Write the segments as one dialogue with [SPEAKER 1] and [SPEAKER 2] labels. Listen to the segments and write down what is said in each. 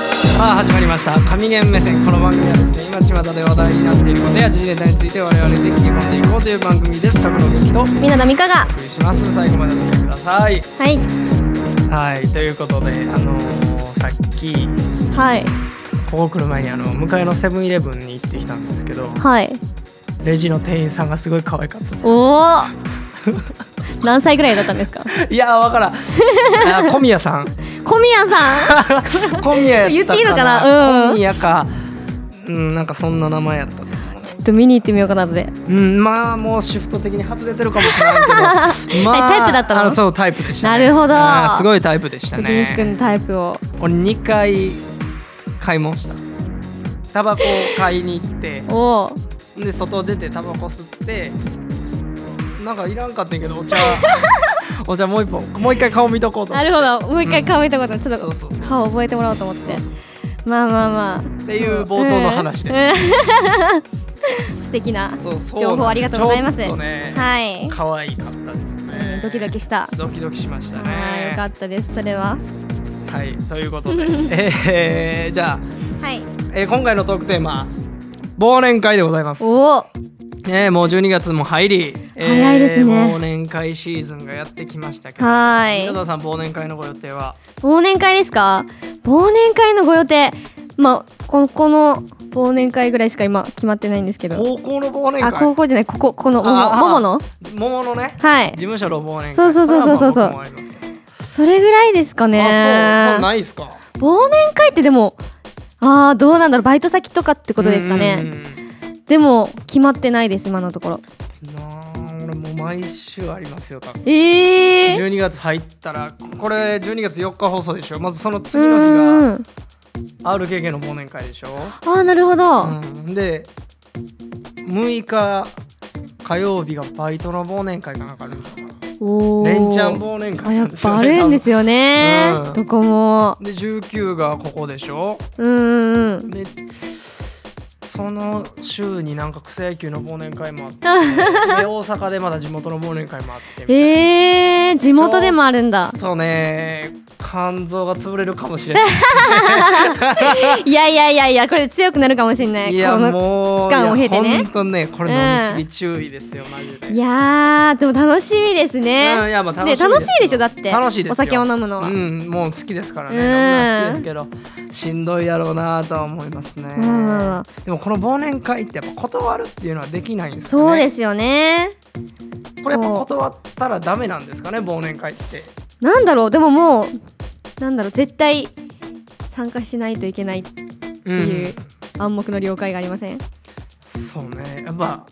[SPEAKER 1] 始まりました神ゲン目線この番組はですね今巷で話題になっていることや時事ネタについて我々で切り込んでいこうという番組ですタクの劇とお送
[SPEAKER 2] みんなみかが
[SPEAKER 1] りします最後までお付き合いください
[SPEAKER 2] はい
[SPEAKER 1] はいということであのーさっき
[SPEAKER 2] はい
[SPEAKER 1] ここ来る前にあの向かいのセブンイレブンに行ってきたんですけど
[SPEAKER 2] はい
[SPEAKER 1] レジの店員さんがすごい可愛かっ
[SPEAKER 2] おお 何歳ぐらいだったんですか
[SPEAKER 1] たいやーわからんあー小宮 さん
[SPEAKER 2] 小宮 さん
[SPEAKER 1] 小宮やったかな
[SPEAKER 2] 言っていいのかなうん
[SPEAKER 1] 小宮かうんなんかそんな名前やったと思う
[SPEAKER 2] ちょっと見に行ってみようかなので
[SPEAKER 1] うん、まあもうシフト的に外れてるかもしれない けど、まあ、
[SPEAKER 2] えタイプだったの
[SPEAKER 1] あそうタイプでした、ね、
[SPEAKER 2] なるほど
[SPEAKER 1] あーすごいタイプでした
[SPEAKER 2] ちょっとゆうきくんの
[SPEAKER 1] ね
[SPEAKER 2] タイプを
[SPEAKER 1] 俺2回買い物したタバコを買いに行って
[SPEAKER 2] おお
[SPEAKER 1] で外出てタバコ吸ってなんかいらんかったんやけどお 茶お茶もう一本もう一回顔見とこうと思
[SPEAKER 2] な
[SPEAKER 1] って
[SPEAKER 2] るほどもう一回顔見たことちょっ
[SPEAKER 1] そうそ
[SPEAKER 2] と
[SPEAKER 1] うそう
[SPEAKER 2] 顔覚えてもらおうと思って
[SPEAKER 1] そうそう
[SPEAKER 2] まあまあまあ
[SPEAKER 1] っていう冒頭の話です、
[SPEAKER 2] うん 素敵な
[SPEAKER 1] そうそうなんです
[SPEAKER 2] 情報ありがとうございます
[SPEAKER 1] ちょっとね、
[SPEAKER 2] はい
[SPEAKER 1] 可愛かったです
[SPEAKER 2] う
[SPEAKER 1] ね
[SPEAKER 2] んドキドキした
[SPEAKER 1] ドキドキしましたね
[SPEAKER 2] はいよかったですそれは
[SPEAKER 1] はい、ということで、えー、じゃあ、
[SPEAKER 2] はい
[SPEAKER 1] えー今回のトークテーマ忘年会でございます、
[SPEAKER 2] おお
[SPEAKER 1] ね、もう12月も入り、えー
[SPEAKER 2] 早いですね
[SPEAKER 1] 忘年会シーズンがやってきましたけど
[SPEAKER 2] は
[SPEAKER 1] 井
[SPEAKER 2] い
[SPEAKER 1] 戸田さん忘年会のご予定は
[SPEAKER 2] 忘年会ですか忘年会のご予定まあここの忘年会ぐらいしか今決まってないんですけど
[SPEAKER 1] 高校の忘年会
[SPEAKER 2] あ高校じゃないこここのも
[SPEAKER 1] ああ
[SPEAKER 2] ももの
[SPEAKER 1] 桃のね
[SPEAKER 2] はい
[SPEAKER 1] 事務所の忘年会
[SPEAKER 2] そうそうそうそうそう
[SPEAKER 1] これはまあ僕もありますけど
[SPEAKER 2] それぐらいですかね
[SPEAKER 1] あそうそうないですか
[SPEAKER 2] 忘年会ってでもああどうなんだろうバイト先とかってことですか
[SPEAKER 1] うんう
[SPEAKER 2] ね
[SPEAKER 1] ん
[SPEAKER 2] でも決まってないです今のところ
[SPEAKER 1] うんなあ俺もう毎週ありますよ多分
[SPEAKER 2] ええー、
[SPEAKER 1] 12月入ったらこれ12月4日放送でしょまずその次
[SPEAKER 2] う
[SPEAKER 1] の日が
[SPEAKER 2] んうん
[SPEAKER 1] RKK の忘年会でしょ、
[SPEAKER 2] ああなるほど、
[SPEAKER 1] うん、で6日火曜日がバイトの忘年会かなんかあるのかな
[SPEAKER 2] おお
[SPEAKER 1] 連チャン忘年
[SPEAKER 2] あ
[SPEAKER 1] 会
[SPEAKER 2] や
[SPEAKER 1] な
[SPEAKER 2] っ
[SPEAKER 1] んです
[SPEAKER 2] ぱ
[SPEAKER 1] よ
[SPEAKER 2] あ
[SPEAKER 1] ね
[SPEAKER 2] るんですよね、
[SPEAKER 1] うん
[SPEAKER 2] どこも
[SPEAKER 1] 多分で19がここでしょ
[SPEAKER 2] うんうんうん
[SPEAKER 1] でその週になんか草野球の忘年会もあってで大阪でまだ地元の忘年会もあってみたいな
[SPEAKER 2] えー、地元でもあるんだ
[SPEAKER 1] そうね肝臓が潰れるかも しれない
[SPEAKER 2] いやいやいやいやこれ強くなるかもしれない
[SPEAKER 1] いや
[SPEAKER 2] この
[SPEAKER 1] もう
[SPEAKER 2] 期間を経てね
[SPEAKER 1] 本当ねこれ飲み過ぎ注意ですよ、マジで
[SPEAKER 2] いやーでも楽しみです
[SPEAKER 1] うんい
[SPEAKER 2] ね、
[SPEAKER 1] やまあ楽しい
[SPEAKER 2] ね
[SPEAKER 1] すよ
[SPEAKER 2] 楽しいでしょだって
[SPEAKER 1] 楽しいですよ
[SPEAKER 2] お酒を飲むのは
[SPEAKER 1] うんもう好きですからね
[SPEAKER 2] うん
[SPEAKER 1] 飲むのは好きですけどしんどいだろうなとは思いますね、
[SPEAKER 2] まあまあまあ
[SPEAKER 1] でもこの忘年会ってやっぱ断るっていうのはできないんですかね
[SPEAKER 2] そうですすよね
[SPEAKER 1] これやっぱ断ったらダメなんですかね忘年会って
[SPEAKER 2] なんだろうでももうなんだろう絶対参加しないといけないっていう暗黙の了解がありません,うん、
[SPEAKER 1] うん、そうねやっぱ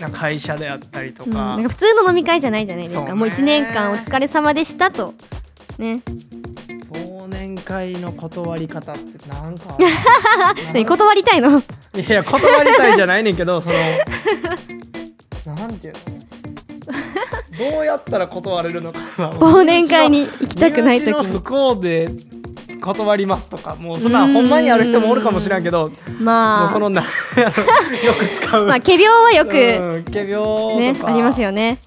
[SPEAKER 1] なんか会社であったりとか,、
[SPEAKER 2] なんか普通の飲み会じゃないじゃないですか
[SPEAKER 1] そうね
[SPEAKER 2] もう1年間お疲れ様でしたとね
[SPEAKER 1] 忘年会の断り方ってなんか
[SPEAKER 2] 何断りたいの
[SPEAKER 1] いやいや断りたいじゃないねんけどそのなんていうのどうやったら断れるのかな
[SPEAKER 2] 忘年会に行きたくない時
[SPEAKER 1] 身内の
[SPEAKER 2] に
[SPEAKER 1] 不幸で断りますとかもうそんなほんまにある人もおるかもしれんけども
[SPEAKER 2] ま
[SPEAKER 1] う
[SPEAKER 2] あ
[SPEAKER 1] そのな よく使う、
[SPEAKER 2] まあ仮病はよく、
[SPEAKER 1] うん仮病とか、
[SPEAKER 2] ねありますよね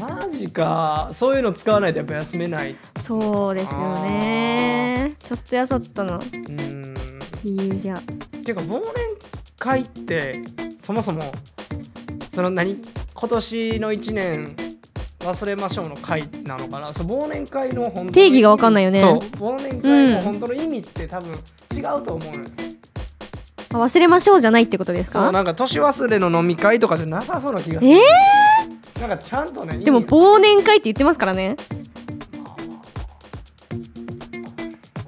[SPEAKER 1] マジかそういうの使わないとやっぱ休めない
[SPEAKER 2] そうですよねちょっとやそっとの
[SPEAKER 1] うん
[SPEAKER 2] 理由じゃ
[SPEAKER 1] ていうか忘年会ってそもそもその何今年の1年忘れましょうの会なのかなその忘年会の本当の意味
[SPEAKER 2] 定義がわかんないよね
[SPEAKER 1] そう忘年会
[SPEAKER 2] う
[SPEAKER 1] の
[SPEAKER 2] ん
[SPEAKER 1] 本当の意味って多分違うと思うのよ、
[SPEAKER 2] あ忘れましょうじゃないってことです
[SPEAKER 1] そう
[SPEAKER 2] か
[SPEAKER 1] なんか年忘れの飲み会とかじゃなさそうな気がす
[SPEAKER 2] え
[SPEAKER 1] る
[SPEAKER 2] ー、
[SPEAKER 1] なんかちゃんとね
[SPEAKER 2] でも
[SPEAKER 1] 意味
[SPEAKER 2] 忘年会って言ってますからね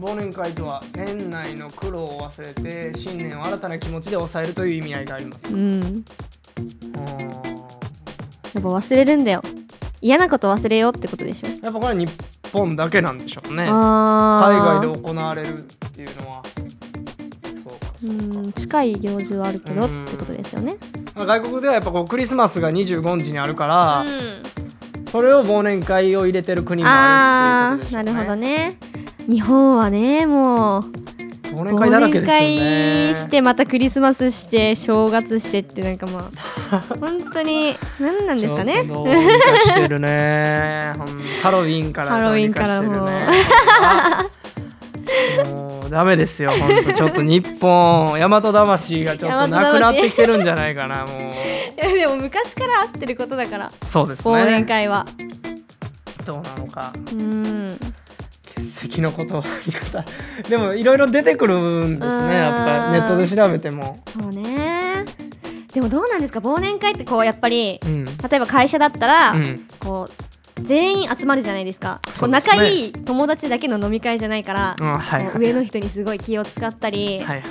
[SPEAKER 1] 忘年会とは年内の苦労を忘れて新年を新たな気持ちで抑えるという意味合いがあります
[SPEAKER 2] うん
[SPEAKER 1] うーん
[SPEAKER 2] やっぱ忘れるんだよ嫌なこと忘れようってことでしょ、
[SPEAKER 1] やっぱこれは日本だけなんでしょうね海
[SPEAKER 2] あ
[SPEAKER 1] 外
[SPEAKER 2] ー
[SPEAKER 1] で行われるっていうのはそうかそうか
[SPEAKER 2] うん近い行事はあるけどってことですよね
[SPEAKER 1] まあ外国ではやっぱこうクリスマスが25日にあるか
[SPEAKER 2] う
[SPEAKER 1] ら、
[SPEAKER 2] ん
[SPEAKER 1] それを忘年会を入れてる国もあ
[SPEAKER 2] あ
[SPEAKER 1] るって
[SPEAKER 2] ー
[SPEAKER 1] いう
[SPEAKER 2] な
[SPEAKER 1] ことで
[SPEAKER 2] る
[SPEAKER 1] しょうね
[SPEAKER 2] ほどね日本はねもう
[SPEAKER 1] 忘年会だ
[SPEAKER 2] 忘
[SPEAKER 1] らけですよ
[SPEAKER 2] 年
[SPEAKER 1] ね
[SPEAKER 2] 会してまたクリスマスして正月してってなんかま あ本当に何なんですかね
[SPEAKER 1] ちょっとどうにかしてるねほんハロウィンから
[SPEAKER 2] ハロウィンからも
[SPEAKER 1] どうにかしてるねもうダメですよ、本当ちょっと日本、大和魂がちょっとなくなってきてるんじゃないかな、もう。
[SPEAKER 2] いや でも昔から合ってることだから
[SPEAKER 1] そうです
[SPEAKER 2] 忘年
[SPEAKER 1] ね。
[SPEAKER 2] 会は、
[SPEAKER 1] どうなのか。
[SPEAKER 2] うん
[SPEAKER 1] 欠席のことはあり方。でも、いろいろ出てくるんですね、やっぱネットで調べても。
[SPEAKER 2] そうねでもどうなんですか忘年会ってこうやっぱり
[SPEAKER 1] うん。
[SPEAKER 2] 例えば会社だったら、
[SPEAKER 1] うん。
[SPEAKER 2] こう全員集まるじゃないですかこ
[SPEAKER 1] そううですね
[SPEAKER 2] 仲いい友達だけの飲み会じゃないから、
[SPEAKER 1] うん、はい
[SPEAKER 2] こ
[SPEAKER 1] は
[SPEAKER 2] う
[SPEAKER 1] い。
[SPEAKER 2] 上の人にすごい気を使ったり、
[SPEAKER 1] はいはいはいは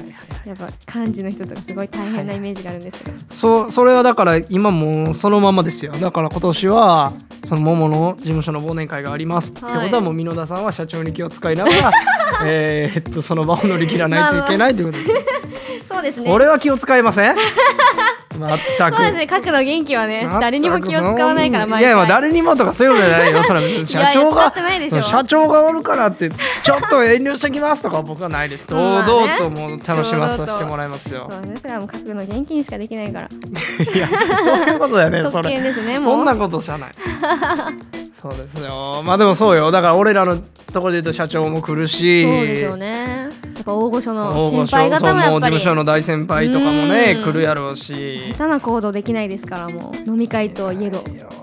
[SPEAKER 1] い。
[SPEAKER 2] やっぱ幹事の人とかすごい大変なイメージがあるんですけど、
[SPEAKER 1] そうそれはだから今もうそのままですよだから今年はその桃の事務所の忘年会がありますってこ
[SPEAKER 2] はい
[SPEAKER 1] とはもう箕田さんは社長に気を使いなが らえーっとその場を乗り切らないといけないということです、
[SPEAKER 2] そうですね
[SPEAKER 1] 俺は気を使いません全く
[SPEAKER 2] そうですね核の元気はね
[SPEAKER 1] 全く
[SPEAKER 2] 誰にも気を使わないから
[SPEAKER 1] そんないやまあ誰にもとかそういうのじゃないよそれは別に社長
[SPEAKER 2] いやいや使
[SPEAKER 1] が
[SPEAKER 2] ってないでしょ
[SPEAKER 1] その社長がおるからってちょっと遠慮してきますとかは僕はないです堂
[SPEAKER 2] まあね
[SPEAKER 1] 々ともう楽しませさせてもらいますよ
[SPEAKER 2] そうですからもう核の元気にしかできないから
[SPEAKER 1] いやそういうことだよねそ
[SPEAKER 2] 特
[SPEAKER 1] れ
[SPEAKER 2] 権ですねもう
[SPEAKER 1] そんなことじゃない。そうですよ。まあでもそうよ。だから俺らのところで言うと社長も来るし、
[SPEAKER 2] そうですよねやっぱ大御所
[SPEAKER 1] 大
[SPEAKER 2] の
[SPEAKER 1] 御
[SPEAKER 2] 先
[SPEAKER 1] 所
[SPEAKER 2] 輩
[SPEAKER 1] そ
[SPEAKER 2] 方
[SPEAKER 1] うも
[SPEAKER 2] も
[SPEAKER 1] う
[SPEAKER 2] やっ
[SPEAKER 1] 事
[SPEAKER 2] ぱり
[SPEAKER 1] 務所の大先輩とかもね
[SPEAKER 2] う
[SPEAKER 1] 来
[SPEAKER 2] ん
[SPEAKER 1] るやろうし。
[SPEAKER 2] 下手な行動できないですからもう飲み会といえど
[SPEAKER 1] いやだか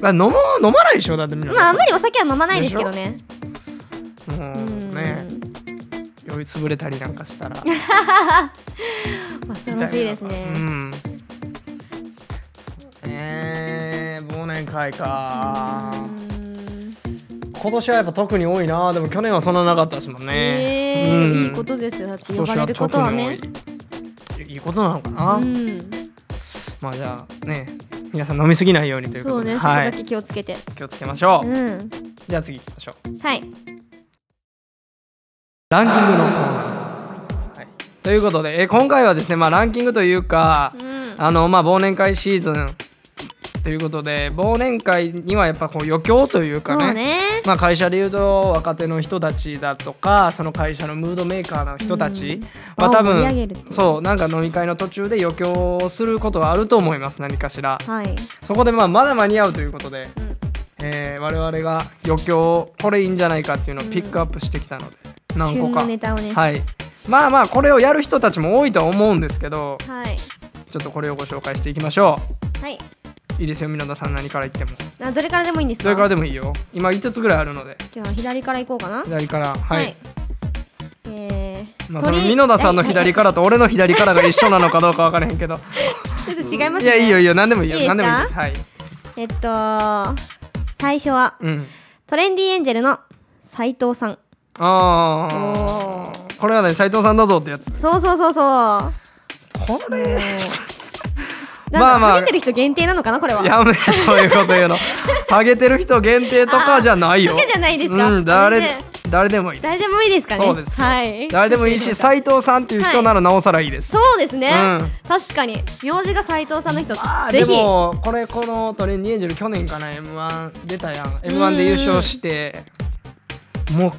[SPEAKER 1] ら飲もう飲まないでしょだってみんな。
[SPEAKER 2] まああんまりお酒は飲まないですけどね
[SPEAKER 1] も
[SPEAKER 2] う
[SPEAKER 1] うんね酔いつぶれたりなんかしたら。
[SPEAKER 2] まあ恐ろしいです
[SPEAKER 1] う
[SPEAKER 2] ね
[SPEAKER 1] ん。えー忘年会か
[SPEAKER 2] うん
[SPEAKER 1] 今年はやっぱ特に多いなでも去年はそんななかったですもんね、
[SPEAKER 2] え
[SPEAKER 1] うん
[SPEAKER 2] ーいいことですよだって呼ばれることはね
[SPEAKER 1] いいいことなのかな、
[SPEAKER 2] うん
[SPEAKER 1] まあじゃあね皆さん飲みすぎないようにというこ
[SPEAKER 2] そ
[SPEAKER 1] と
[SPEAKER 2] う
[SPEAKER 1] で、
[SPEAKER 2] ねそこ
[SPEAKER 1] は
[SPEAKER 2] だ
[SPEAKER 1] い、
[SPEAKER 2] け気をつけて
[SPEAKER 1] 気をつけましょう、
[SPEAKER 2] うん
[SPEAKER 1] じゃあ次行きましょう
[SPEAKER 2] はい
[SPEAKER 1] ランキングのコーナー、はい、ということで、えー今回はですね、まあ、ランキングというか
[SPEAKER 2] うん
[SPEAKER 1] あの、まあ、忘年会シーズンということで忘年会にはやっぱこう余興という
[SPEAKER 2] そ
[SPEAKER 1] かね
[SPEAKER 2] うね
[SPEAKER 1] まあ、会社でいうと若手の人たちだとかその会社のムードメーカーの人たち、
[SPEAKER 2] うん
[SPEAKER 1] まあ、多
[SPEAKER 2] 場を盛り
[SPEAKER 1] 分
[SPEAKER 2] 上げるっていう
[SPEAKER 1] そうなんか飲み会の途中で余興をすることはあると思います何かしら
[SPEAKER 2] はい
[SPEAKER 1] そこでまあまだ間に合うということで、
[SPEAKER 2] うん
[SPEAKER 1] えー我々が余興これいいんじゃないかっていうのをピックアップしてきたので、何個
[SPEAKER 2] 旬
[SPEAKER 1] か、
[SPEAKER 2] のネタをね
[SPEAKER 1] はいまあまあこれをやる人たちも多いとは思うんですけど
[SPEAKER 2] はい
[SPEAKER 1] ちょっとこれをご紹介していきましょ
[SPEAKER 2] はい。
[SPEAKER 1] ういいですよ皆田さん何から言っても
[SPEAKER 2] あどれからでもいいんです
[SPEAKER 1] どれから
[SPEAKER 2] か。
[SPEAKER 1] でもいいよ今5つぐらいあるので
[SPEAKER 2] じゃあ左から行こうかな。
[SPEAKER 1] 左からはい、
[SPEAKER 2] えー
[SPEAKER 1] まあ、その
[SPEAKER 2] 鳥
[SPEAKER 1] 美濃田さんの左からと俺の左からが一緒なのかどうか分からへんけ ど
[SPEAKER 2] はいはいちょっと違います
[SPEAKER 1] いや
[SPEAKER 2] ね。
[SPEAKER 1] いいよいいよ何でもいいよ
[SPEAKER 2] いいですか
[SPEAKER 1] 何でもいいですはい、
[SPEAKER 2] えっと最初は
[SPEAKER 1] うん、
[SPEAKER 2] トレンディエンジェルの斉藤さん。
[SPEAKER 1] あ
[SPEAKER 2] お
[SPEAKER 1] あ
[SPEAKER 2] お。
[SPEAKER 1] これはね斎藤さんだぞってやつ
[SPEAKER 2] そうそうそうそう。なん
[SPEAKER 1] こ れ
[SPEAKER 2] だ
[SPEAKER 1] まあまあ
[SPEAKER 2] ハゲてる人限定なのかなこれは。
[SPEAKER 1] やめそういうこと言うのハゲてる人限定とかじゃないよ
[SPEAKER 2] ハゲじゃないですか
[SPEAKER 1] うん、誰
[SPEAKER 2] 全然
[SPEAKER 1] 誰でもいい
[SPEAKER 2] 誰でもいいですかね。
[SPEAKER 1] そうですよ
[SPEAKER 2] はい。
[SPEAKER 1] 誰でもいいし斎藤さんっていう人ならなおさらいいです、
[SPEAKER 2] そうですね。
[SPEAKER 1] うん
[SPEAKER 2] 確かに名字が斉藤さんの人
[SPEAKER 1] あー
[SPEAKER 2] ぜ
[SPEAKER 1] で
[SPEAKER 2] ひ。
[SPEAKER 1] もこれこのトレンディエンジェル去年かな m 1出たやん m 1で優勝してもう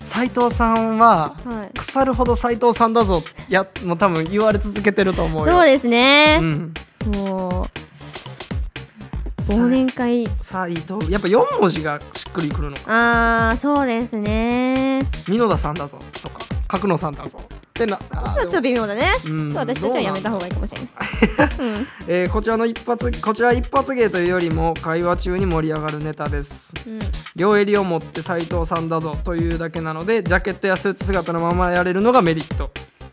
[SPEAKER 1] 斎藤さんは
[SPEAKER 2] はい。
[SPEAKER 1] 腐るほど斎藤さんだぞいやもう多分言われ続けてると思うよ
[SPEAKER 2] そうですね。
[SPEAKER 1] うん
[SPEAKER 2] もう忘年会
[SPEAKER 1] 斎藤やっぱ4文字がしっくりくるのか
[SPEAKER 2] ああそうですね
[SPEAKER 1] 箕田さんだぞとか角野さんだぞってなあー
[SPEAKER 2] ちょっと微妙だね、
[SPEAKER 1] うん
[SPEAKER 2] そう私たちはやめた方がいいかもしれない、
[SPEAKER 1] えーこちらの一発こちら一発芸というよりも会話中に盛り上がるネタです
[SPEAKER 2] うんうん、
[SPEAKER 1] 両襟を持って斎藤さんだぞというだけなのでジャケットやスーツ姿のままやれるのがメリット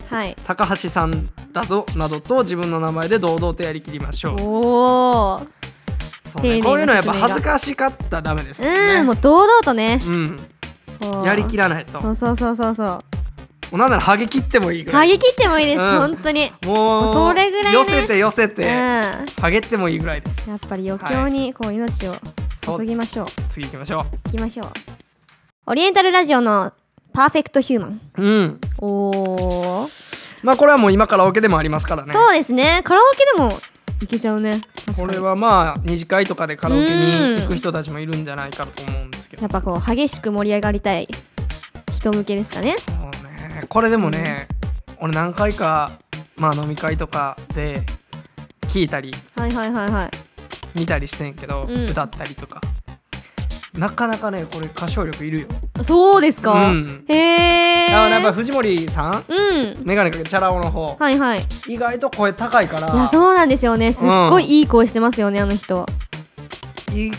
[SPEAKER 2] はい
[SPEAKER 1] 高橋さんだぞなどと自分の名前で堂々とやりきりましょ
[SPEAKER 2] おお、
[SPEAKER 1] うそう、ね、
[SPEAKER 2] 丁寧な
[SPEAKER 1] こういうのはやっぱ
[SPEAKER 2] 説明が
[SPEAKER 1] 恥ずかしかったらダメですよ
[SPEAKER 2] うんも
[SPEAKER 1] ね
[SPEAKER 2] う堂々とね
[SPEAKER 1] うん、
[SPEAKER 2] こう
[SPEAKER 1] やりきらないと
[SPEAKER 2] そうそうそうそうそ
[SPEAKER 1] なんならハゲ切ってもいいうぐら
[SPEAKER 2] は
[SPEAKER 1] い
[SPEAKER 2] ぎ切ってもいいです、
[SPEAKER 1] うん
[SPEAKER 2] 本当に
[SPEAKER 1] もう
[SPEAKER 2] それぐらいね
[SPEAKER 1] 寄せて寄せ
[SPEAKER 2] うん
[SPEAKER 1] て、
[SPEAKER 2] や
[SPEAKER 1] ハゲってもいいぐらいです
[SPEAKER 2] っぱり余興にこう命を注ぎましょう、
[SPEAKER 1] 次行きましょ
[SPEAKER 2] 行きましょうオリエンタルラジオのパーフェクトヒューマン
[SPEAKER 1] ううん
[SPEAKER 2] おお、
[SPEAKER 1] まあこれはもう今からオケでもありますからね
[SPEAKER 2] そうですねカラオケでもいけちゃうね確か
[SPEAKER 1] こ
[SPEAKER 2] に
[SPEAKER 1] れはまあ二次会とかでカラオケに行く人たちもいるんじゃないかと思うんですけど
[SPEAKER 2] やっぱこう激しく盛り上がりたい人向けですかね
[SPEAKER 1] そうねこれでもね、俺何回か、まあ、飲み会とかで聞いたり
[SPEAKER 2] はいはいはいはい
[SPEAKER 1] 見たりしてんけど、
[SPEAKER 2] うん
[SPEAKER 1] 歌ったりとかなかなかねこれ歌唱力いるよ
[SPEAKER 2] そうですか、
[SPEAKER 1] うん
[SPEAKER 2] へえ
[SPEAKER 1] あのやっぱ藤森さん
[SPEAKER 2] うん
[SPEAKER 1] メガネかけてチャラ男の方
[SPEAKER 2] はいはいい
[SPEAKER 1] 意外と声高いか
[SPEAKER 2] や
[SPEAKER 1] ら
[SPEAKER 2] そうなんですよねすっごいいい声してますよね、あの人
[SPEAKER 1] 意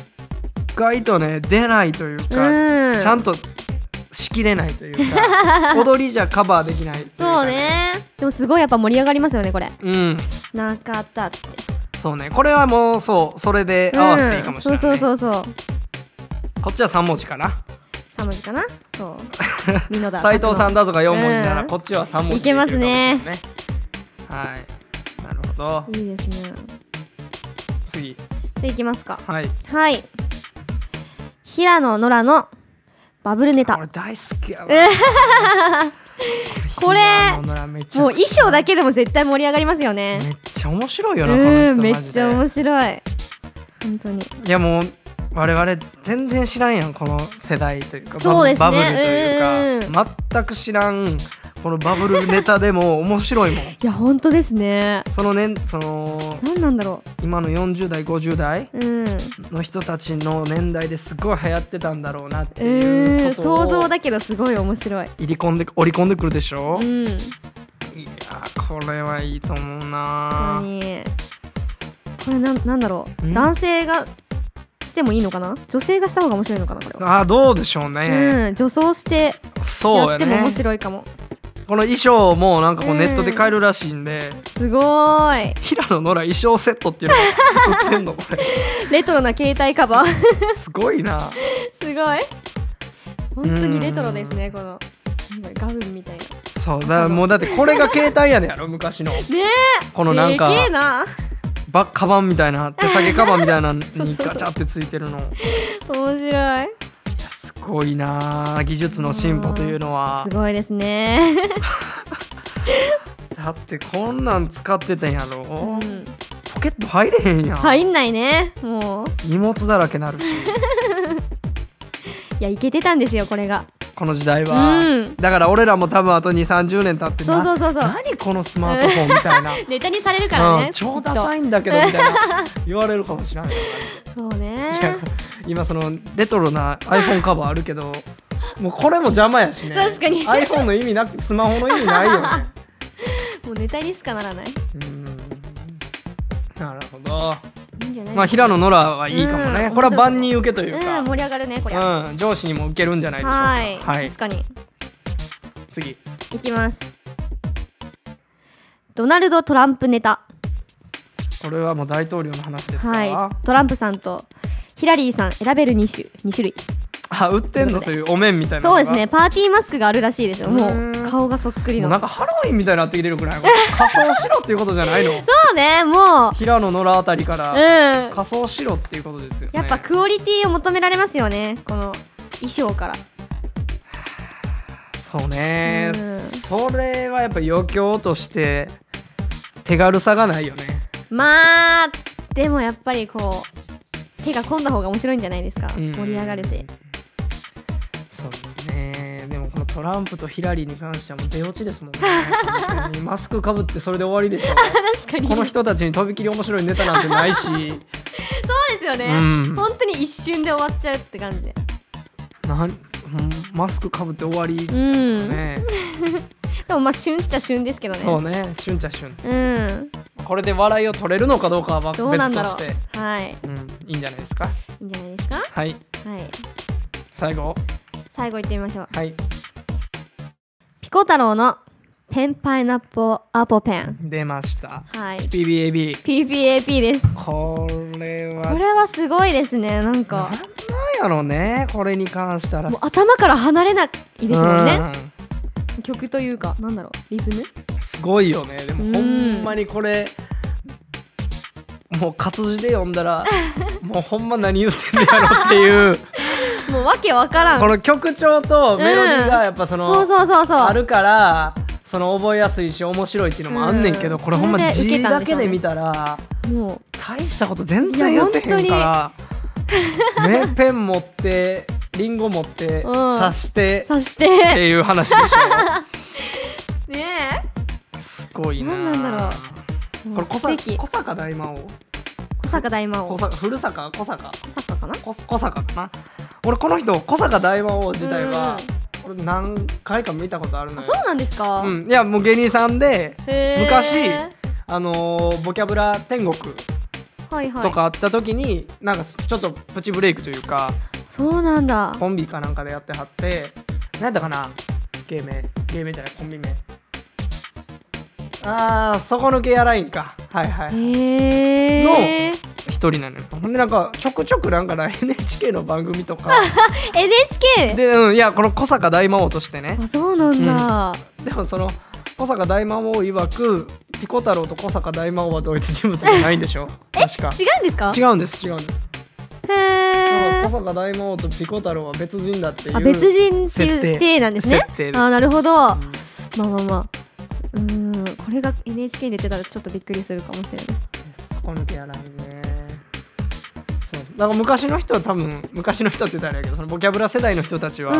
[SPEAKER 1] 外とね出ないという
[SPEAKER 2] う
[SPEAKER 1] か、
[SPEAKER 2] ん
[SPEAKER 1] ちゃんとしきれないという か踊りじゃカバーできないといか
[SPEAKER 2] そうねでもすごいやっぱ盛り上がりますよねこれ
[SPEAKER 1] うん
[SPEAKER 2] なかったって
[SPEAKER 1] そうねこれはもうそうそれで合わせていいかもしれない、ね
[SPEAKER 2] うん、そうそうそうそう
[SPEAKER 1] こっちは3文字かな
[SPEAKER 2] 3文字かな そう美濃だ
[SPEAKER 1] 斉藤さんだとか4文字なら
[SPEAKER 2] うん
[SPEAKER 1] こっちは3文字で
[SPEAKER 2] いけますね
[SPEAKER 1] いけるかもしれないねはいなるほど
[SPEAKER 2] いいですねじゃ
[SPEAKER 1] 次
[SPEAKER 2] あいきますか
[SPEAKER 1] はい
[SPEAKER 2] はい平野ノラのバブルネ
[SPEAKER 1] 俺
[SPEAKER 2] タ
[SPEAKER 1] 大好きやわ
[SPEAKER 2] え これ
[SPEAKER 1] 平野ノラめちゃ
[SPEAKER 2] もう
[SPEAKER 1] くち
[SPEAKER 2] 衣装だけでも絶対盛り上がりますよ
[SPEAKER 1] ゃ
[SPEAKER 2] ね
[SPEAKER 1] めっちゃ面白いよなこの
[SPEAKER 2] うん
[SPEAKER 1] 人
[SPEAKER 2] め
[SPEAKER 1] マ
[SPEAKER 2] っ
[SPEAKER 1] ジ
[SPEAKER 2] ち
[SPEAKER 1] で
[SPEAKER 2] ゃ面白い本当に
[SPEAKER 1] いやもう我々全然知らんやんこの世代というかバブ
[SPEAKER 2] そうですね
[SPEAKER 1] バブルという
[SPEAKER 2] う
[SPEAKER 1] か全く知らんこのバブルネタでも面白いも ん
[SPEAKER 2] いや本当ですね
[SPEAKER 1] その年その
[SPEAKER 2] 何なんだろ
[SPEAKER 1] 今の40代50代
[SPEAKER 2] ううん
[SPEAKER 1] の人たちの年代ですごい流行ってたんだろうなって
[SPEAKER 2] う
[SPEAKER 1] い
[SPEAKER 2] ん
[SPEAKER 1] うことを
[SPEAKER 2] 想像
[SPEAKER 1] 入
[SPEAKER 2] だけどすごい面白い
[SPEAKER 1] り込んで織り込んでくるでしょ、
[SPEAKER 2] う
[SPEAKER 1] い
[SPEAKER 2] ん
[SPEAKER 1] やーこれはいいと思う
[SPEAKER 2] 確か
[SPEAKER 1] な
[SPEAKER 2] にこれなんなんだろ
[SPEAKER 1] ん
[SPEAKER 2] う男性がしてもいいのかな女性がした方が面白いのかなこれは
[SPEAKER 1] あーどうでしょうね、
[SPEAKER 2] うん女装して
[SPEAKER 1] そう
[SPEAKER 2] やっ
[SPEAKER 1] や
[SPEAKER 2] ても面
[SPEAKER 1] ね
[SPEAKER 2] 白いかも
[SPEAKER 1] この衣装もなんかこうネットで買えるらしいんで、
[SPEAKER 2] すごーい
[SPEAKER 1] 平野ノラ衣装セットっていうのが売ってんのこれ
[SPEAKER 2] レトロな携帯カバー
[SPEAKER 1] すごいな
[SPEAKER 2] すごい本当にレトロですねこのなんかガウンみたいな
[SPEAKER 1] そうだからもうだってこれが携帯やねやろ昔の
[SPEAKER 2] ね
[SPEAKER 1] このなんか
[SPEAKER 2] でけえな
[SPEAKER 1] バッカバンみたいな手提げカバンみたいなの
[SPEAKER 2] う そ
[SPEAKER 1] に
[SPEAKER 2] うそう
[SPEAKER 1] ガチャってついてるの
[SPEAKER 2] 面白い
[SPEAKER 1] いやすごいなあ技術の進歩というのは
[SPEAKER 2] すごいですね、
[SPEAKER 1] だってこんなん使ってたんやろ、
[SPEAKER 2] うん、
[SPEAKER 1] ポケット入れへんやん、
[SPEAKER 2] 入んないねもう
[SPEAKER 1] 荷物だらけ なるし
[SPEAKER 2] いやいけてたんですよこれが
[SPEAKER 1] この時代は、
[SPEAKER 2] うん
[SPEAKER 1] だから俺らも多分あと2 3 0年経って
[SPEAKER 2] そう
[SPEAKER 1] な
[SPEAKER 2] そうそうそう
[SPEAKER 1] 何このスマートフォンみた いな、
[SPEAKER 2] ネタにされるからね、
[SPEAKER 1] うん、
[SPEAKER 2] きっ
[SPEAKER 1] 超
[SPEAKER 2] と
[SPEAKER 1] ダサいんだけどみたい な言われるかもしれない
[SPEAKER 2] そうね
[SPEAKER 1] いや 今そのレトロな iPhone カバーあるけどもうこれも邪魔やしね
[SPEAKER 2] 確かに
[SPEAKER 1] iPhone の意味なくスマホの意味ない よね
[SPEAKER 2] もうネタにしかならない
[SPEAKER 1] うんなるほど
[SPEAKER 2] いいんじゃない
[SPEAKER 1] まあ平野ノラはいいかもね、
[SPEAKER 2] うん
[SPEAKER 1] これは万人受けというか、
[SPEAKER 2] うん盛り上がるねこれは、
[SPEAKER 1] うん、上司にも受けるんじゃないでしょうか。
[SPEAKER 2] はい、
[SPEAKER 1] はい、
[SPEAKER 2] 確かに
[SPEAKER 1] 次。
[SPEAKER 2] いきますドナルド・トランプネタ
[SPEAKER 1] これはもう大統領の話ですか。
[SPEAKER 2] はいトランプさんとヒラリーさん選べる2種2種類
[SPEAKER 1] あ、売ってんのそういうお面みたいなの
[SPEAKER 2] そう
[SPEAKER 1] が。
[SPEAKER 2] ですねパーティーマスクがあるらしいですよ
[SPEAKER 1] う
[SPEAKER 2] もう
[SPEAKER 1] ーん
[SPEAKER 2] 顔がそっくり
[SPEAKER 1] も
[SPEAKER 2] の
[SPEAKER 1] うなんかハロウィンみたいになってきてるくらい。これ仮装しろっていうことじゃないの。
[SPEAKER 2] そうねもう
[SPEAKER 1] 平野ノラあたりか
[SPEAKER 2] う
[SPEAKER 1] ら
[SPEAKER 2] ん
[SPEAKER 1] 仮装しろっていうことですよね。
[SPEAKER 2] やっぱクオリティを求められますよねこの衣装から
[SPEAKER 1] そうね。
[SPEAKER 2] うん
[SPEAKER 1] それはやっぱ余興として手軽さがないよね。
[SPEAKER 2] まあでもやっぱりこう手が込んだ方が面白いんじゃないですか、
[SPEAKER 1] うん
[SPEAKER 2] 盛り上がるし
[SPEAKER 1] そうですね。でもこのトランプとヒラリーに関してはもう出落ちですもんね。本当にマスクかぶってそれで終わりで しょ。
[SPEAKER 2] 確かに
[SPEAKER 1] この人たちにとびきり面白いネタなんてない し
[SPEAKER 2] そうですよね、
[SPEAKER 1] うん
[SPEAKER 2] 本当に一瞬で終わっちゃうって感じで
[SPEAKER 1] なんうんマスクかぶって終わり
[SPEAKER 2] う
[SPEAKER 1] ね、
[SPEAKER 2] ん、でもまあ旬っちゃ旬ですけどね
[SPEAKER 1] そうねしゅんちゃしゅん
[SPEAKER 2] うん
[SPEAKER 1] これで笑いを取れるのかどうかは別
[SPEAKER 2] ど
[SPEAKER 1] と
[SPEAKER 2] うなんだろ
[SPEAKER 1] し
[SPEAKER 2] う
[SPEAKER 1] て、
[SPEAKER 2] はい
[SPEAKER 1] うん、いいんじゃないですか
[SPEAKER 2] いいんじゃないですか
[SPEAKER 1] はい
[SPEAKER 2] はい
[SPEAKER 1] 最後
[SPEAKER 2] 最後いってみましょう
[SPEAKER 1] はい
[SPEAKER 2] ピコ太郎のペンパイナップアポペン
[SPEAKER 1] 出ました
[SPEAKER 2] はい
[SPEAKER 1] PBAB
[SPEAKER 2] PPAP です
[SPEAKER 1] これは
[SPEAKER 2] これはすごいですねなん
[SPEAKER 1] な
[SPEAKER 2] か
[SPEAKER 1] んなんやろうねこれに関したら
[SPEAKER 2] もう頭から離れないですもんね
[SPEAKER 1] うん
[SPEAKER 2] 曲というかなんだろうリズム
[SPEAKER 1] すごいよねで
[SPEAKER 2] う
[SPEAKER 1] も
[SPEAKER 2] ん
[SPEAKER 1] ほんまにこれもう活字で読んだ らもうほんま何言ってんだやろっていう
[SPEAKER 2] もうわけわからん
[SPEAKER 1] この曲調とメロディーがやっぱその、
[SPEAKER 2] そうそうそうそう
[SPEAKER 1] あるからその覚えやすいし面白いっていうのもあんねんけど、
[SPEAKER 2] うん
[SPEAKER 1] これほんま
[SPEAKER 2] それで受
[SPEAKER 1] 字
[SPEAKER 2] けたん
[SPEAKER 1] だ
[SPEAKER 2] でし
[SPEAKER 1] け
[SPEAKER 2] ょうね
[SPEAKER 1] で見たら
[SPEAKER 2] も
[SPEAKER 1] 大したこと全然言ってへんから、 ね、ペン持ってリンゴ持って、
[SPEAKER 2] うん
[SPEAKER 1] 刺して
[SPEAKER 2] うさし
[SPEAKER 1] って
[SPEAKER 2] て
[SPEAKER 1] いう話でし
[SPEAKER 2] ね
[SPEAKER 1] ょすごいな
[SPEAKER 2] なんなんだろえ
[SPEAKER 1] これ小
[SPEAKER 2] 素
[SPEAKER 1] 坂
[SPEAKER 2] 敵
[SPEAKER 1] 小坂大魔王
[SPEAKER 2] 小坂大魔
[SPEAKER 1] 小
[SPEAKER 2] 王小
[SPEAKER 1] 坂古坂小坂
[SPEAKER 2] 坂かな
[SPEAKER 1] 小小坂かな俺この人小坂大魔王自体は
[SPEAKER 2] うん、
[SPEAKER 1] 俺何回か見たことあるの
[SPEAKER 2] あ
[SPEAKER 1] よ
[SPEAKER 2] そうなんですか、
[SPEAKER 1] うん、いやもう芸人さんで
[SPEAKER 2] へー
[SPEAKER 1] 昔あのーボキャブラ天国
[SPEAKER 2] はいはい
[SPEAKER 1] とかあった時に、なんかちょっとプチブレイクというか
[SPEAKER 2] そうなんだ
[SPEAKER 1] コンビかなんかでやってはって何やったかな芸名芸名じゃないコンビ名あー底抜けやラインかはいはい
[SPEAKER 2] へ
[SPEAKER 1] の
[SPEAKER 2] え
[SPEAKER 1] 一人なのよほんでなんかちょくちょくなんか な NHK の番組とか
[SPEAKER 2] NHK
[SPEAKER 1] で、うん、いやこの小坂大魔王としてね
[SPEAKER 2] あそうなんだ、
[SPEAKER 1] でもその小坂大魔王曰くピコ太郎と小坂大魔王は同一人物じゃないんでしょ確か
[SPEAKER 2] 違うんですか
[SPEAKER 1] 違うんです違うんです
[SPEAKER 2] へ
[SPEAKER 1] だから小
[SPEAKER 2] え
[SPEAKER 1] 坂大魔王とピコ太郎は別人だっていう
[SPEAKER 2] あ別人って
[SPEAKER 1] 設
[SPEAKER 2] い
[SPEAKER 1] 定
[SPEAKER 2] う体なんですね
[SPEAKER 1] 設定です
[SPEAKER 2] あなるほど、
[SPEAKER 1] うん
[SPEAKER 2] まあまあまあうーんこれが NHK に出てたらちょっとびっくりするかもしれない
[SPEAKER 1] 底抜けやらんねそうだから昔の人は多分昔の人って言ったらあれやけどそのボキャブラ世代の人たちは、
[SPEAKER 2] う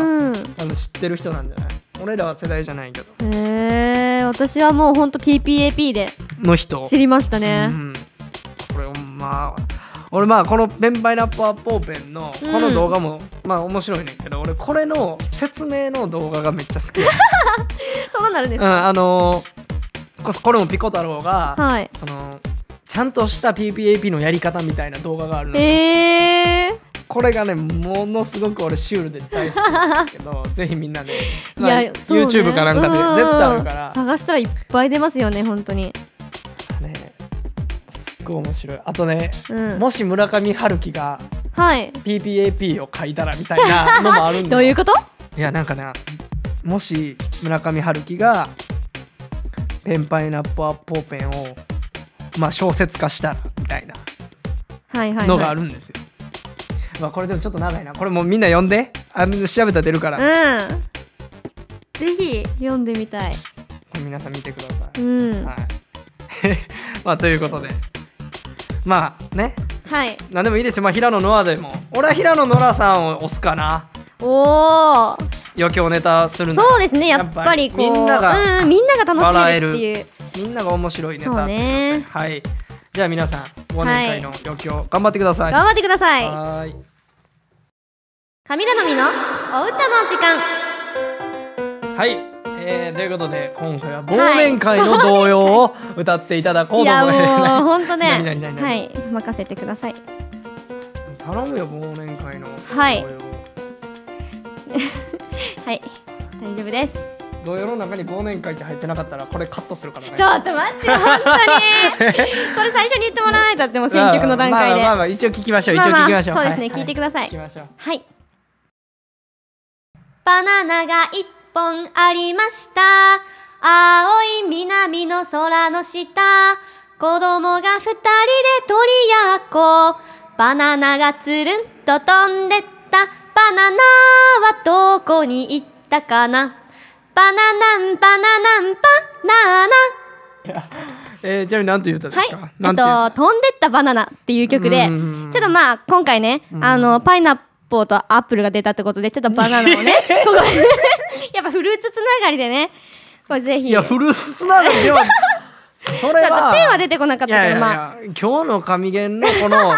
[SPEAKER 1] 多分知ってる人なんじゃない俺らは世代じゃないけど
[SPEAKER 2] んへえ私はもうほんと PPAP で
[SPEAKER 1] の人
[SPEAKER 2] 知りましたね
[SPEAKER 1] う、ん、これまあ俺まあこの「ペンバイナッパーポーペン」のこの動画も、まあ面白いねんけど俺これの説明の動画がめっちゃ好きや、
[SPEAKER 2] そうなるん です
[SPEAKER 1] うん、
[SPEAKER 2] か、
[SPEAKER 1] あのーここれもピコ太郎が、
[SPEAKER 2] はい
[SPEAKER 1] そのちゃんとした PPAP のやり方みたいな動画があるの、
[SPEAKER 2] えー、
[SPEAKER 1] これがねものすごく俺シュールで大好きなんですけ どぜひみんなね、
[SPEAKER 2] い
[SPEAKER 1] まあ
[SPEAKER 2] や、そうね
[SPEAKER 1] YouTube かなんかで絶対あるか
[SPEAKER 2] うん
[SPEAKER 1] ら
[SPEAKER 2] 探したらいっぱい出ますよね本当に
[SPEAKER 1] ねすっごい面白いあとね、
[SPEAKER 2] うん
[SPEAKER 1] もし村上春樹が
[SPEAKER 2] はい
[SPEAKER 1] PPAP を書いたらみたいなのもあるんだ
[SPEAKER 2] どういうこと
[SPEAKER 1] いやなんかなもし村上春樹が「ペンパイナップアップオーペンを」まあ小説化したらみたいな
[SPEAKER 2] はいはい、はい、
[SPEAKER 1] のがあるんですよ、まあこれでもちょっと長いなこれもうみんな読んであの調べたら出るから、こ
[SPEAKER 2] うんぜひ読んでみたい
[SPEAKER 1] れ皆さん見てくださ
[SPEAKER 2] う
[SPEAKER 1] い、
[SPEAKER 2] ん
[SPEAKER 1] はい まあということでまあね
[SPEAKER 2] はい
[SPEAKER 1] 何でもいいですよ、まあ、平野ノアでも俺は平野ノラさんを押すかな
[SPEAKER 2] おお
[SPEAKER 1] 余興ネタするの
[SPEAKER 2] そうですねやっぱりこう
[SPEAKER 1] やっぱりみんなが
[SPEAKER 2] うんうん、みんなが楽しめるっていう
[SPEAKER 1] みんなが面白いネタ
[SPEAKER 2] そうね
[SPEAKER 1] はいじゃあ皆さん忘年会の余興、頑張ってください
[SPEAKER 2] 頑張ってください
[SPEAKER 1] はーい
[SPEAKER 2] 神頼みのお歌の時間
[SPEAKER 1] はい、えー、ということで今回は忘年会の童謡を歌っていただこう
[SPEAKER 2] い
[SPEAKER 1] と
[SPEAKER 2] や
[SPEAKER 1] 思います、
[SPEAKER 2] もう本当ね
[SPEAKER 1] 何々何々
[SPEAKER 2] はい任せてください
[SPEAKER 1] 頼むよ忘年会の童謡、
[SPEAKER 2] はいはい大丈夫です
[SPEAKER 1] 童謡の中に忘年会って入ってなかったらこれカットするからね
[SPEAKER 2] ちょっと待って本当にそれ最初に言ってもらわないとっても選曲の段
[SPEAKER 1] まあまあ
[SPEAKER 2] 階で
[SPEAKER 1] まあまあ一応聞きましょう、
[SPEAKER 2] まあ
[SPEAKER 1] 一応
[SPEAKER 2] まあ
[SPEAKER 1] 聞きましょう
[SPEAKER 2] そうですね
[SPEAKER 1] は
[SPEAKER 2] 聞いてください
[SPEAKER 1] は聞きましょう
[SPEAKER 2] はい。バナナが一本ありました。青い南の空の下。子供が二人で鳥やっこ。バナナがつるんと飛んでった。バナナはどこに行ったかな。バナナンバナナンバナナ。
[SPEAKER 1] えー、ちなみに何て言う歌で
[SPEAKER 2] はい
[SPEAKER 1] すか、。
[SPEAKER 2] え
[SPEAKER 1] な
[SPEAKER 2] っ
[SPEAKER 1] んて言う
[SPEAKER 2] と、飛んでったバナナっていう曲で、
[SPEAKER 1] う
[SPEAKER 2] ち
[SPEAKER 1] ん
[SPEAKER 2] ょっとまあ、今回ね、あの、パイナップルとアップルが出たってことで、ちょっとバナ ナをね、ここ やっぱフルーツつながりでね、これぜひ。
[SPEAKER 1] いや
[SPEAKER 2] ちょっ
[SPEAKER 1] フルーツつながりで はそれ
[SPEAKER 2] と
[SPEAKER 1] は
[SPEAKER 2] ペンは出てこなかっ
[SPEAKER 1] い
[SPEAKER 2] た
[SPEAKER 1] やい
[SPEAKER 2] け
[SPEAKER 1] や
[SPEAKER 2] ど、
[SPEAKER 1] い
[SPEAKER 2] まあ、
[SPEAKER 1] や今日の神言のこ の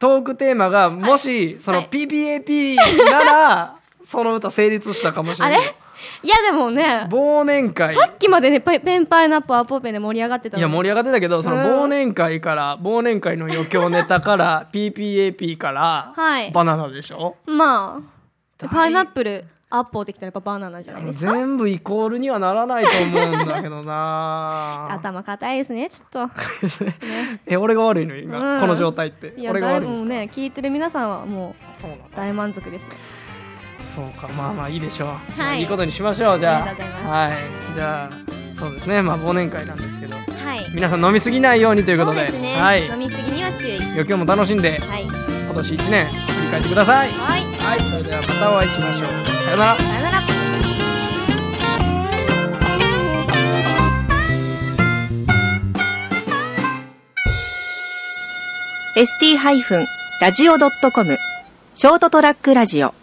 [SPEAKER 1] トークテーマがもしその
[SPEAKER 2] はい
[SPEAKER 1] PPAP ならその歌成立したかもしれ
[SPEAKER 2] あ
[SPEAKER 1] な
[SPEAKER 2] れ
[SPEAKER 1] い
[SPEAKER 2] いやでもね、
[SPEAKER 1] 忘年会
[SPEAKER 2] さっきまでね、ペペンパイナップルアポーペンで盛り上がってた
[SPEAKER 1] いや
[SPEAKER 2] のに。
[SPEAKER 1] 盛り上がってたけどその
[SPEAKER 2] うん
[SPEAKER 1] 忘年会 から忘年会の余興ネタから PPAP から
[SPEAKER 2] はい
[SPEAKER 1] バナナでしょ
[SPEAKER 2] まあ、
[SPEAKER 1] 大
[SPEAKER 2] パイナップル、アッポーってきたらやっぱバナナじゃないですか。
[SPEAKER 1] 全部イコールにはならないと思うんだけど な
[SPEAKER 2] 頭硬いですね、ちょっ
[SPEAKER 1] え俺が悪いの今、
[SPEAKER 2] うん
[SPEAKER 1] この状態って
[SPEAKER 2] と。いや、
[SPEAKER 1] 俺が
[SPEAKER 2] 誰
[SPEAKER 1] 悪いんです
[SPEAKER 2] も
[SPEAKER 1] か、
[SPEAKER 2] ね、聞いてる皆さんはも
[SPEAKER 1] そうなの
[SPEAKER 2] う大満足ですよ。
[SPEAKER 1] そうかまあまあいいでしょう、
[SPEAKER 2] い
[SPEAKER 1] まあいいことにしましょうじゃあ
[SPEAKER 2] ありがとうござい
[SPEAKER 1] はいじゃあそうですねまあ忘年会なんですけど
[SPEAKER 2] はい。
[SPEAKER 1] 皆さん飲みすぎないようにということで
[SPEAKER 2] そうですね、
[SPEAKER 1] はい
[SPEAKER 2] 飲みすぎには注意
[SPEAKER 1] 余興も楽しんで
[SPEAKER 2] はい
[SPEAKER 1] 今年1年振り返ってください
[SPEAKER 2] はい
[SPEAKER 1] はいそれではまたお会いしましょうさよなら
[SPEAKER 2] さよなら
[SPEAKER 3] ー ST-radio.com ショートトラックラジオ